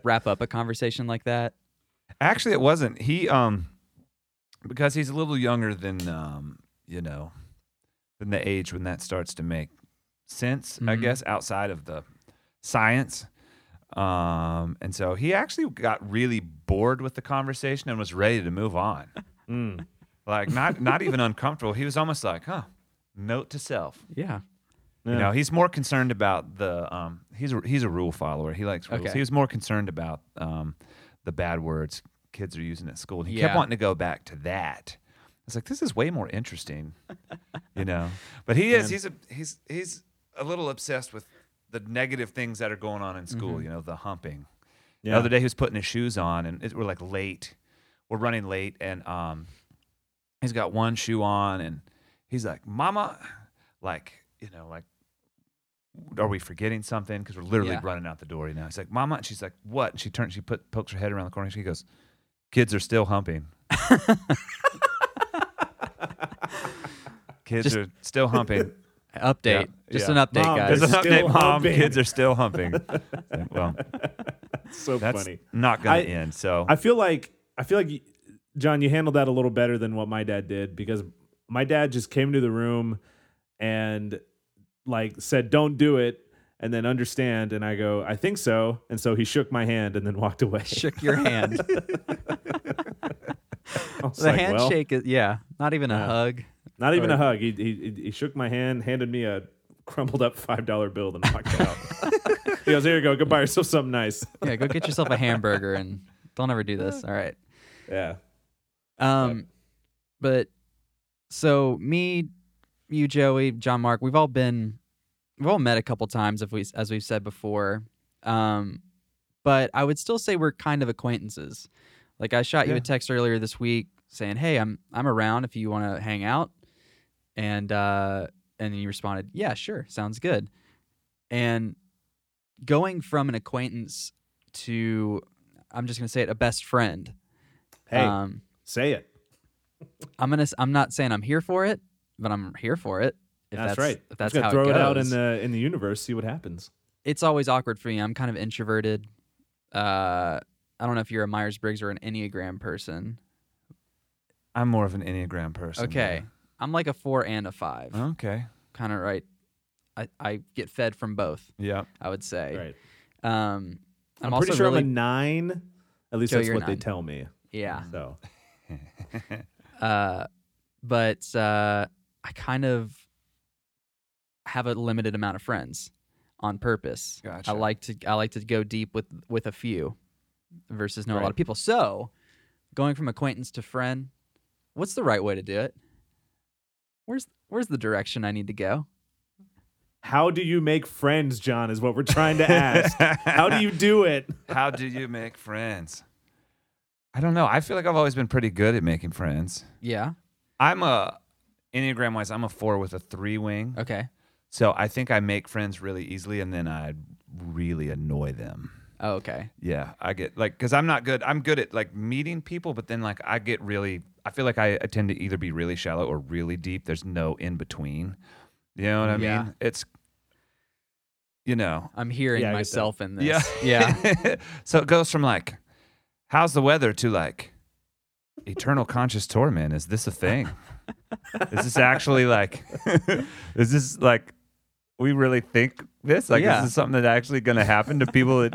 B: wrap up a conversation like that?
D: Actually, it wasn't. He um because he's a little younger than um you know than the age when that starts to make sense, I
B: Mhm.
D: guess, outside of the science. Um, and so he actually got really bored with the conversation and was ready to move on.
C: Mm.
D: Like not not even uncomfortable. He was almost like, huh, note to self.
B: Yeah.
D: You
C: Yeah.
D: know, he's more concerned about the um he's a, he's a rule follower. He likes rules.
B: Okay.
D: He was more concerned about um the bad words kids are using at school. He
B: Yeah.
D: kept wanting to go back to that. It's like this is way more interesting. you know. But he is
C: Man.
D: he's a he's he's a little obsessed with the negative things that are going on in school, you know, the humping.
C: Yeah.
D: The other day he was putting his shoes on and it, we're like late. We're running late and um he's got one shoe on and he's like, "Mama, like, you know, like are we forgetting something? Because we're literally
B: Yeah.
D: running out the door, you know. He's like, Mama, and she's like, What? And she turns, she put pokes her head around the corner. and She goes, Kids are still humping. Kids
B: Just-
D: are still humping.
B: Update. Just
D: Yeah.
B: an update,
C: Mom,
B: guys.
D: There's
C: They're
D: an update,
C: still
D: Mom.
C: humping.
D: Kids are still humping. well,
C: so
D: that's
C: funny.
D: not going
C: I-
D: to end. So
C: I feel like I feel like y- John, you handled that a little better than what my dad did because my dad just came to the room and like said, "Don't do it," and then understand. And I go, "I think so." And so he shook my hand and then walked away.
B: Shook your hand.
C: I was
B: the
C: like, well,
B: handshake is yeah, not even a hug.
C: not even a hug. He, he he shook my hand, handed me a crumpled up five dollar bill, then walked out. he goes, "Here you go. Go buy yourself something nice."
B: Yeah, go get yourself a hamburger and don't ever do this. All right.
C: Yeah.
B: Um, but so me, you, Joey, John, Mark, we've all been, we've all met a couple times if we, as we've said before. Um, but I would still say we're kind of acquaintances. Like I shot you
D: Yeah.
B: a text earlier this week saying, "Hey, I'm I'm around if you want to hang out," and uh, and you responded, "Yeah, sure, sounds good." And going from an acquaintance to, I'm just gonna say it, a best friend.
C: Hey,
B: Um,
C: say it.
B: I'm gonna. s- I'm not saying I'm here for it, but I'm here for it. If
C: that's, right.
B: If that's
C: Just
B: how
C: gotta throw
B: it
C: it,
B: goes.
C: out in the in the universe, see what happens.
B: it's always awkward for me. I'm kind of introverted. Uh, I don't know if you're a Myers Briggs or an Enneagram person.
D: I'm more of an Enneagram person.
C: Mm-hmm.
B: Okay, I'm like a four and a five,
D: yeah. Okay.
B: kind of right. I, I get fed from both.
D: Yeah.
B: I would say.
C: Right.
B: Um, I'm,
C: I'm,
B: also
C: pretty sure
B: really
C: I'm a nine. At least
B: Joe,
C: that's
B: you're a
C: what they
B: nine.
C: tell me.
B: yeah.
C: So
B: Uh, but uh, I kind of have a limited amount of friends on purpose.
D: Gotcha.
B: I like to I like to go deep with with a few versus know a
C: Right.
B: lot of people. So going from acquaintance to friend, what's the right way to do it? Where's where's the direction I need to go?
C: how do you make friends, John? Is what we're trying to ask. how do you do it?
D: How do you make friends? I don't know. I feel like I've always been pretty good at making friends.
B: Yeah.
D: I'm a Enneagram wise, I'm a four with a three wing.
B: Okay.
D: So I think I make friends really easily and then I really annoy them.
B: Oh, okay.
D: Yeah, I get like because I'm not good. I'm good at like meeting people, but then like I get really. I feel like I I tend to either be really shallow or really deep. There's no in between. You know what I
B: Yeah.
D: mean? It's you know,
B: I'm hearing
C: Yeah, I get that.
B: myself in this.
D: yeah,
B: Yeah.
D: so it goes from like, how's the weather to like, eternal conscious torment. Is this a thing? is this actually like, is this like, we really think this? Like,
B: Yeah.
D: is this something that actually going to happen to people that,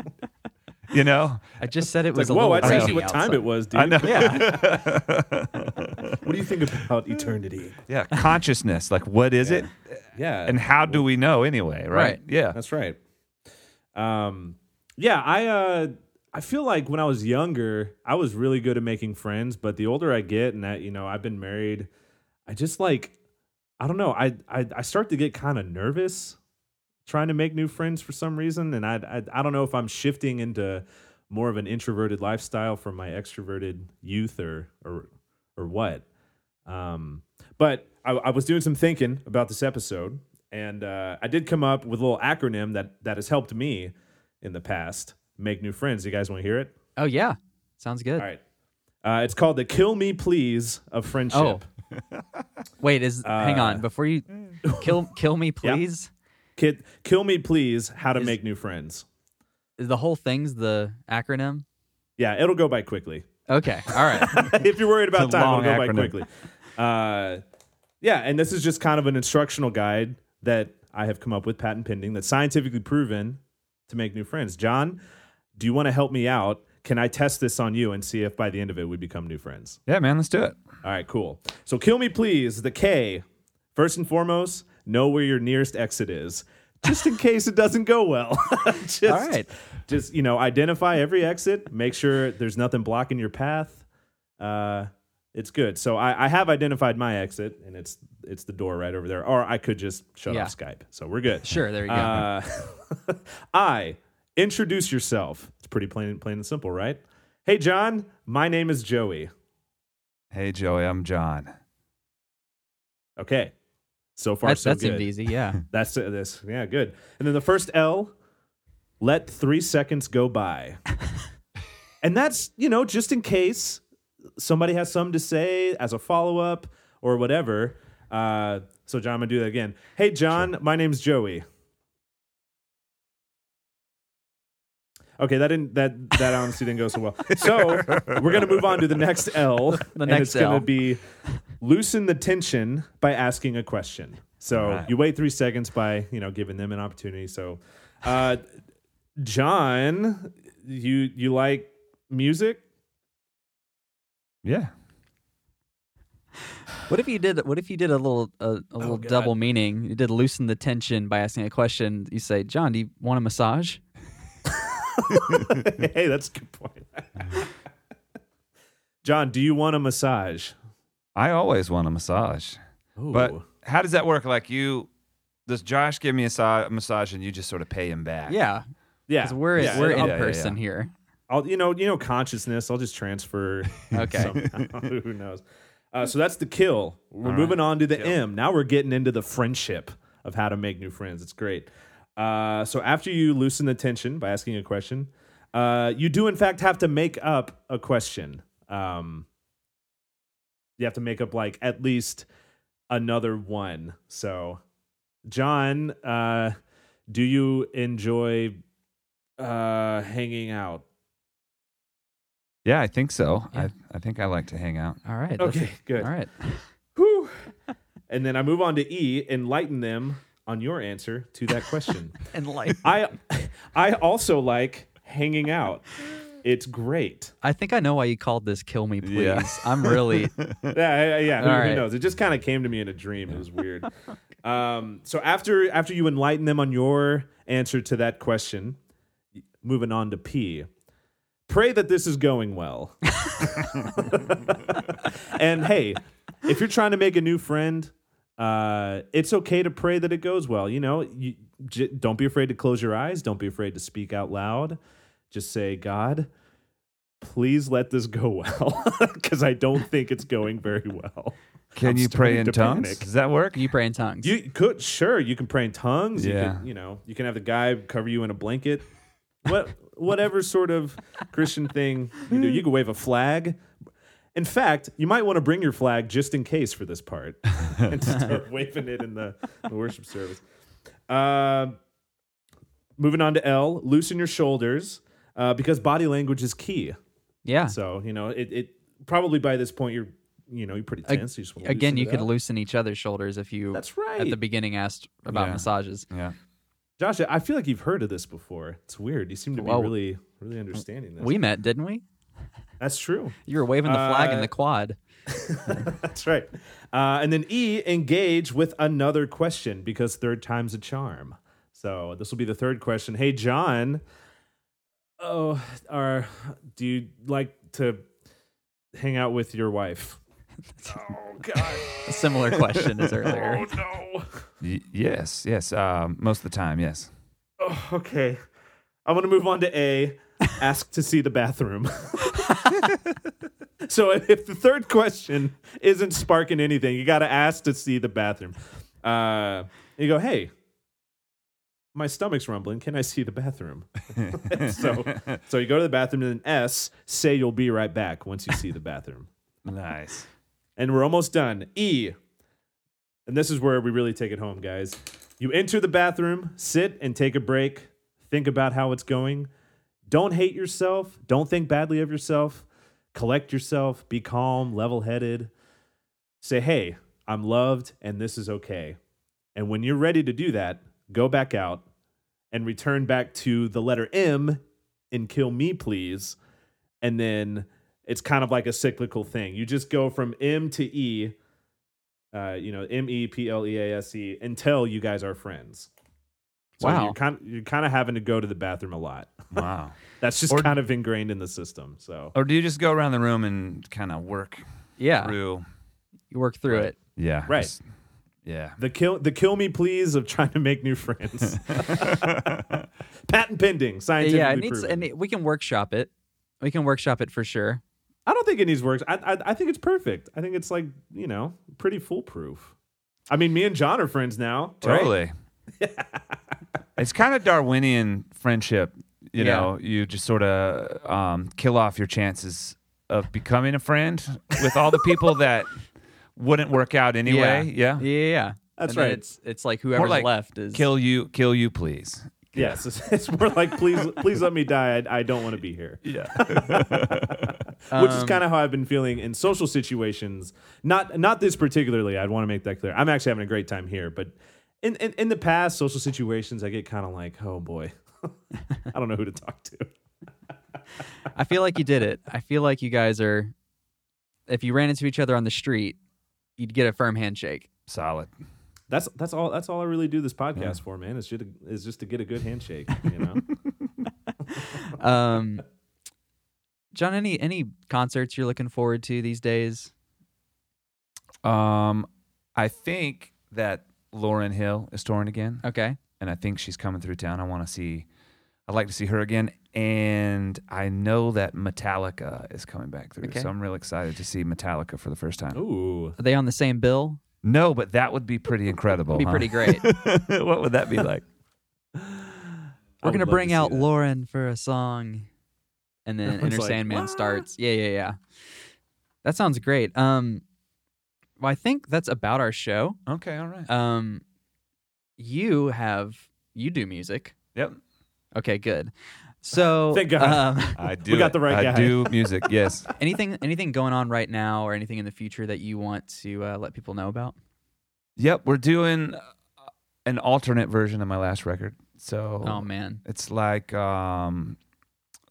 D: you know?
B: I just said it
C: It's
B: was
C: like,
B: a
C: whoa! I
B: little
C: asked
B: rainy
C: you what time
B: outside.
C: it was, dude.
D: I know.
C: What do you think
B: Mm.
C: about eternity?
D: yeah. Consciousness. Like, what is it?
C: Yeah.
D: And how do we know anyway? Right.
B: Right.
D: Yeah.
C: That's right. Um, yeah, I uh, I feel like when I was younger, I was really good at making friends, but the older I get, and that you know, I've been married, I just like, I don't know, I I, I start to get kind of nervous trying to make new friends for some reason, and I, I I don't know if I'm shifting into more of an introverted lifestyle from my extroverted youth or or or what. Um, but I, I was doing some thinking about this episode, and uh, I did come up with a little acronym that that has helped me in the past make new friends. You guys want to hear it?
B: Oh yeah. Sounds good.
C: All right. Uh, it's called the "Kill Me Please" of friendship.
B: Oh. Wait, is hang
C: Uh,
B: on before you kill kill me please.
C: Kid, "Kill Me Please: How to
B: Is-
C: Make New Friends."
B: The whole thing's the acronym.
C: Yeah, it'll go by quickly.
B: Okay, all right.
C: if you're worried about
D: It's a
C: time,
D: long
C: it'll go by
D: acronym.
C: quickly. Uh, yeah, and this is just kind of an instructional guide that I have come up with, patent pending, that's scientifically proven to make new friends. John, do you want to help me out? Can I test this on you and see if by the end of it we become new friends?
D: Yeah, man. Let's do it.
C: All right, cool. So kill me, please. The K. First and foremost, know where your nearest exit is, just in case it doesn't go well. just,
B: All right.
C: Just you know, identify every exit. Make sure there's nothing blocking your path. Uh, it's good. So I, I have identified my exit, and it's it's the door right over there. Or I could just shut
B: Yeah.
C: off Skype. So we're good.
B: Sure, there you go.
C: Uh, I introduce yourself. It's pretty plain plain and simple, right? Hey, John. My name is Joey.
D: Hey, Joey. I'm John.
C: Okay. So far,
B: that
C: so
B: that
C: good.
B: seemed easy. Yeah.
C: That's uh, this. Yeah, good. And then the first L, let three seconds go by. and that's, you know, just in case somebody has something to say as a follow up or whatever. Uh, so, John, I'm going to do that again. Hey, John, my name's Joey. Okay, that didn't that that honestly didn't go so well. So we're gonna move on to the next L. and
B: next
C: it's gonna
B: L.
C: be loosen the tension by asking a question. So
D: Right.
C: you wait three seconds by you know giving them an opportunity. So, uh, John, you you like music?
D: Yeah.
B: What if you did? What if you did a little a,
C: Oh,
B: a little double meaning? You did loosen the tension by asking a question. You say, "John, do you want a massage?"
C: hey, that's a good point. John, do you want a massage?
D: I always want a massage. But
C: Ooh.
D: how does that work? Like you, does Josh give me a, si- a massage and you just sort of pay him back?
B: Yeah,
C: yeah,
B: because we're
C: yeah,
B: we're
C: I'll-
B: in
D: yeah, yeah,
B: person here.
C: I'll you know you know consciousness. I'll just transfer.
B: Okay.
C: somehow. Who knows? Uh, so that's the kill. We're moving on to the M. Now we're getting into the friendship of how to make new friends. It's great. Uh, so after you loosen the tension by asking a question, uh, you do in fact have to make up a question. Um, you have to make up like at least another one. So, John, uh, do you enjoy uh, hanging out?
D: Yeah, I think so. I, I think I like to hang out.
B: All right. that's
C: Okay,
B: it.
C: good.
B: All right.
C: Whew. and then I move on to E, enlighten them on your answer to that question.
B: And like,
C: I I also like hanging out. It's great.
B: I think I know why you called this "Kill Me, Please." I'm really
C: Yeah, yeah, yeah. Who,
B: All
C: who
B: right.
C: knows? It just kind of came to me in a dream. It was weird. um, so after after you enlighten them on your answer to that question, moving on to P. Pray that this is going well. and hey, if you're trying to make a new friend, uh, it's okay to pray that it goes well. You know, you, j- don't be afraid to close your eyes. Don't be afraid to speak out loud. Just say, God, please let this go well, because I don't think it's going very well.
D: Can
C: I'm
D: you pray
C: starting
D: in
C: to
D: tongues?
C: panic.
D: Does that work?
B: you pray in tongues.
C: You could sure you can pray in tongues. You
D: Yeah.
C: could, you know, you can have the guy cover you in a blanket. What whatever sort of Christian thing you do, you can wave a flag. In fact, you might want to bring your flag just in case for this part and start waving it in the, the worship service. Uh, moving on to L, loosen your shoulders uh, because body language is key.
B: yeah.
C: So you know it. it probably by this point you're you know you're pretty
B: Ag-
C: tense. you just wanna
B: Again,
C: loosen
B: you
C: it
B: could
C: up.
B: loosen each other's shoulders if you.
C: That's
B: At the
C: right.
B: beginning, asked about
D: Yeah.
B: massages.
D: Yeah.
C: Josh, I feel like you've heard of this before. It's weird. You seem to be
B: Well,
C: really, really understanding this.
B: We met, didn't we?
C: That's true.
B: You were waving the flag in
C: Uh,
B: the quad.
C: That's right. Uh, and then E, engage with another question because third time's a charm. So this will be the third question. Hey, John. Oh, are do you like to hang out with your wife?
B: A similar question as earlier.
C: no.
D: Y- yes. Yes. Um, most of the time, yes.
C: Oh, okay. I want to move on to A. Ask to see the bathroom. so if the third question isn't sparking anything, you got to ask to see the bathroom. Uh, you go, hey, my stomach's rumbling. Can I see the bathroom? so, so you go to the bathroom and then S. Say you'll be right back once you see the bathroom.
D: Nice.
C: And we're almost done. E. And this is where we really take it home, guys. You enter the bathroom, sit and take a break, think about how it's going. Don't hate yourself. Don't think badly of yourself. Collect yourself. Be calm, level headed. Say, hey, I'm loved and this is okay. And when you're ready to do that, go back out and return back to the letter M and kill me, please. And then it's kind of like a cyclical thing. You just go from M to E, uh, you know, M E P L E A S E until you guys are friends. So
B: Wow.
C: You're kind, you're kind of having to go to the bathroom a lot.
D: Wow.
C: That's just
D: Or-
C: kind of ingrained in the system. So
D: or do you just go around the room and kind of work
B: Yeah,
D: through?
B: you work through it.
D: Yeah.
C: Right.
D: just- yeah.
C: the kill the kill me please of trying to make new friends. Patent pending, scientifically
B: yeah, it needs,
C: proven.
B: and it- we can workshop it. We can workshop it for sure.
C: I don't think it needs works. I, I I think it's perfect. I think it's like you know pretty foolproof. I mean, me and John are friends now. right?
D: Totally. it's kind of Darwinian friendship. You
B: Yeah.
D: know, you just sort of um, kill off your chances of becoming a friend with all the people that wouldn't work out anyway.
B: yeah,
D: Yeah.
B: yeah. yeah.
C: That's
B: And then
C: right.
B: It's it's like whoever's
D: like
B: left is
D: Kill you, kill you, please.
C: Yes, it's, it's more like please please let me die. I, I don't want to be here.
D: Yeah.
C: Which
D: Um,
C: is kind of how I've been feeling in social situations. Not not this particularly. I'd want to make that clear. I'm actually having a great time here, but in in, in the past social situations, I get kind of like, oh boy, I don't know who to talk to.
B: I feel like you did it. I feel like you guys are. If you ran into each other on the street, you'd get a firm handshake.
D: Solid.
C: That's that's all that's all I really do this podcast for, man. Is just is just to get a good handshake. You know,
B: Um, John, any any concerts you're looking forward to these days?
D: Um, I think that Lauren Hill is touring again,
B: Okay,
D: and I think she's coming through town. I want to see. I'd like to see her again, And I know that Metallica is coming back through,
B: Okay.
D: so I'm real excited to see Metallica for the first time.
C: Ooh.
B: Are they on the same bill?
D: No, but that would be pretty
B: That'd
D: incredible.
B: be
D: Oh, huh?
B: pretty great.
D: what would that be like?
C: I
B: We're
C: would
B: gonna
C: love to
B: bring
C: see
B: out
C: that.
B: Lauren for a song, and then
C: Everyone's
B: Inner
C: like,
B: Sandman
C: "What?"
B: starts. Yeah, yeah, yeah. That sounds great. Um, well, I think that's about our show.
D: Okay, all
C: Uh,
D: right.
B: Um, you have you do music.
D: Yep.
B: Okay, good. So
C: Thank God.
B: Um,
D: I do.
C: got
D: it.
C: the right
D: I
C: guy.
D: do music. Yes.
B: anything anything going on right now, or anything in the future that you want to uh, let people know about?
D: Yep, we're doing uh, an alternate version of my last record. So
B: Oh man,
D: it's like um,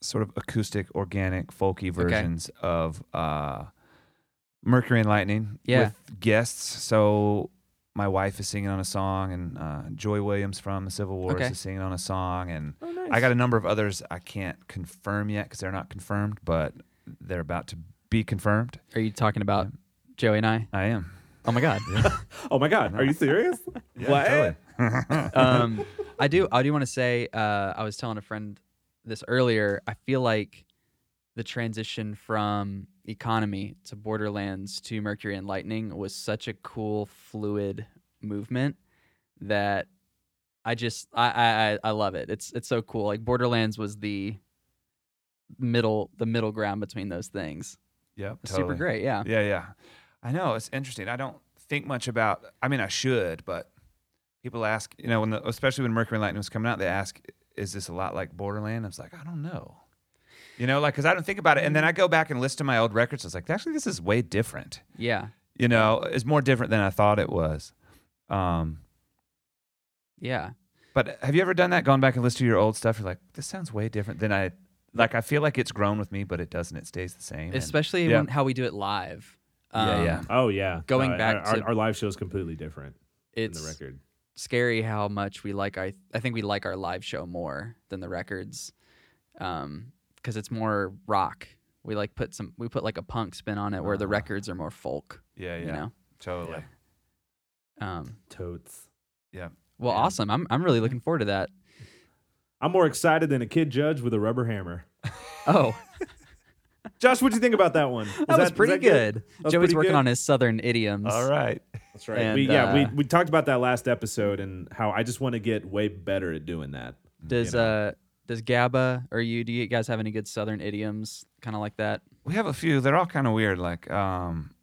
D: sort of acoustic, organic, folky versions of uh, Mercury and Lightning
B: Yeah.
D: with guests. So my wife is singing on a song, and uh, Joy Williams from the Civil War
B: Okay.
D: is singing on a song, and
C: Oh, nice.
D: I got a number of others I can't confirm yet because they're not confirmed, but they're about to be confirmed.
B: are you talking about Joey and I?
D: I am.
B: Oh my God.
C: Oh my God. Are you serious? what?
D: totally.
B: um, I do. I do want to say. Uh, I was telling a friend this earlier. I feel like the transition from economy to Borderlands to Mercury and Lightning was such a cool, fluid movement that I just I- I I, I love it. It's it's so cool. Like Borderlands was the middle the middle ground between those things.
D: Yep.
B: It's
D: totally.
B: Super great. Yeah.
D: Yeah, yeah. I know it's interesting. I don't think much about. I mean, I should, but people ask. You know, when the, especially when Mercury and Lightning was coming out, they ask, "Is this a lot like Borderland?" I was like, I don't know. You know, like because I don't think about it, and then I go back and listen to my old records. I was like, actually, this is way different.
B: Yeah.
D: You know, it's more different than I thought it was. Um,
B: Yeah.
D: but have you ever done that? Gone back and listened to your old stuff? You're like, this sounds way different than I. Like, I feel like it's grown with me, but it doesn't. It stays the same. and-
B: Especially
D: Yeah.
B: when, how we do it live. Um,
D: Yeah, yeah.
C: Oh yeah.
B: Going
C: Uh,
B: back
C: our,
B: to-
C: our live show is completely different
B: It's
C: than the record.
B: scary how much we like I I think we like our live show more than the records um cuz it's more rock. We like put some we put like a punk spin on it where the
C: Ah.
D: Uh-huh.
B: records are more folk,
D: yeah, yeah,
B: you know.
D: totally.
C: Yeah.
B: Um
C: Totes.
B: well
D: Yeah.
B: awesome. I'm I'm really looking forward to that.
C: I'm more excited than a kid judge with a rubber hammer.
B: Oh,
C: Josh, what'd you think about that one?
B: that, was pretty good.
C: was
B: Joey's
C: pretty
B: working
C: good?
B: on his southern idioms.
D: All right.
C: That's right.
B: And,
C: we, yeah,
B: uh,
C: we, we talked about that last episode and how I just want to get way better at doing that.
B: Does
C: you know.
B: uh does Gabba or you do you guys have any good southern idioms kind of like that?
D: We have a few. They're all kind of weird. Like, um,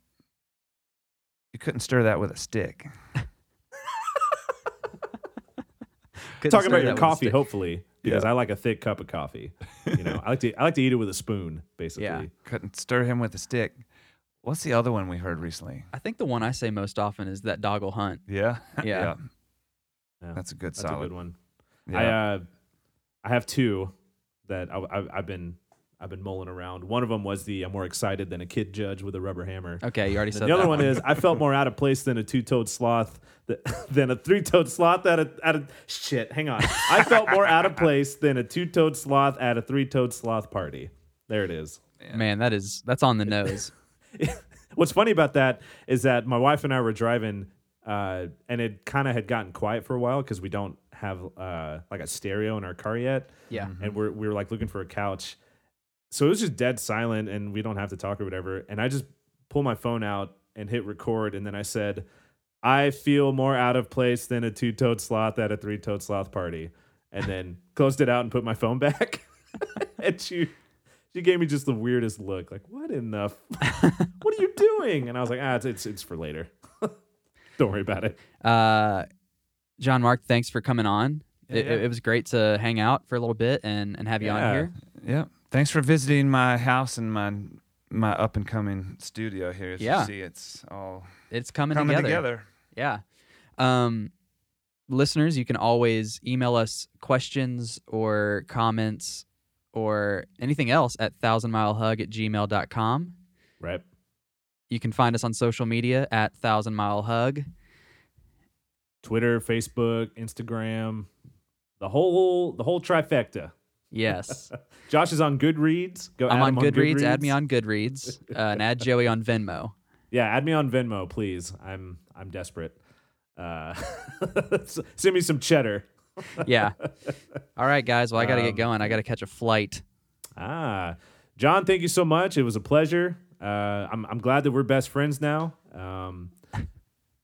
D: you couldn't stir that with a stick.
B: Couldn't
C: Talking
B: stir
C: about
B: that
C: your
B: with a
C: coffee,
B: stick.
C: hopefully, because
D: Yeah.
C: I like a thick cup of coffee. You know, I like to I like to eat it with a spoon, basically.
B: Yeah.
D: Couldn't stir him with a stick. What's the other one we heard recently?
B: I think the one I say most often is that dog will hunt.
D: Yeah.
B: Yeah.
C: Yeah,
D: That's a good
C: That's
D: solid.
C: a good one.
D: Yeah.
C: I uh, I have two that I, I, I've been I've been mulling around. One of them was the I'm more excited than a kid judge with a rubber hammer.
B: Okay, you already said
C: And the other
B: that
C: one is I felt more out of place than a two-toed sloth th- than a three-toed sloth at a at a shit. Hang on, I felt more out of place than a two-toed sloth at a three-toed sloth party. There it is.
B: Man, that is that's on the nose.
C: What's funny about that is that my wife and I were driving, uh, and it kind of had gotten quiet for a while because we don't have uh, like a stereo in our car yet.
B: Yeah.
C: and we're we were like looking for a couch, so it was just dead silent, and we don't have to talk or whatever. And I just pull my phone out and hit record, and then I said, "I feel more out of place than a two-toed sloth at a three-toed sloth party," and then closed it out and put my phone back. and she she gave me just the weirdest look, like, "What in the?" f- what are you doing? And I was like, ah, it's it's, it's for later. Don't worry about it.
B: Uh, John Mark, thanks for coming on. It,
D: Yeah.
B: it was great to hang out for a little bit and, and have you
C: Yeah.
B: on here.
D: yeah. Thanks for visiting my house and my my up and coming studio here. As
B: Yeah.
D: You see, it's all
B: It's coming,
D: coming
B: together.
D: together.
B: Yeah. Um, listeners, you can always email us questions or comments or anything else at thousandmilehug at gmail.com.
C: Right.
B: You can find us on social media at thousandmilehug.
C: Twitter, Facebook, Instagram, the whole the whole trifecta.
B: Yes.
C: Josh is on Goodreads. Go
B: I'm
C: add
B: on
C: him
B: Goodreads. Add me on Goodreads uh, and add Joey on Venmo.
C: Yeah, add me on Venmo, please. I'm I'm desperate. Uh, send me some cheddar.
B: yeah. All right, guys. Well, I got to get going. I got to catch a flight.
C: Ah, John, thank you so much. It was a pleasure. Uh, I'm I'm glad that we're best friends now. Um,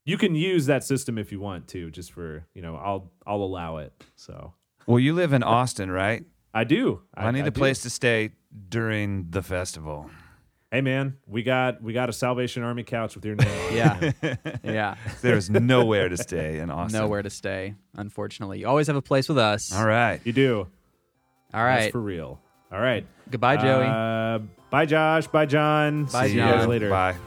C: you can use that system if you want to, just for you know, I'll I'll allow it. So
D: Well, you live in Austin, right?
C: I do.
D: I, need
C: a
D: a place to stay during the festival.
C: Hey man, we got we got a Salvation Army couch with your name. on it.
B: Yeah. yeah.
D: There is nowhere to stay in Austin.
B: Nowhere to stay, unfortunately. You always have a place with us.
D: All right.
C: you do.
B: All
C: That's
B: right.
C: for real. All right.
B: Goodbye, Joey.
C: Uh, bye, Josh. Bye, John.
B: Bye,
C: See you guys
B: John.
C: later.
D: Bye.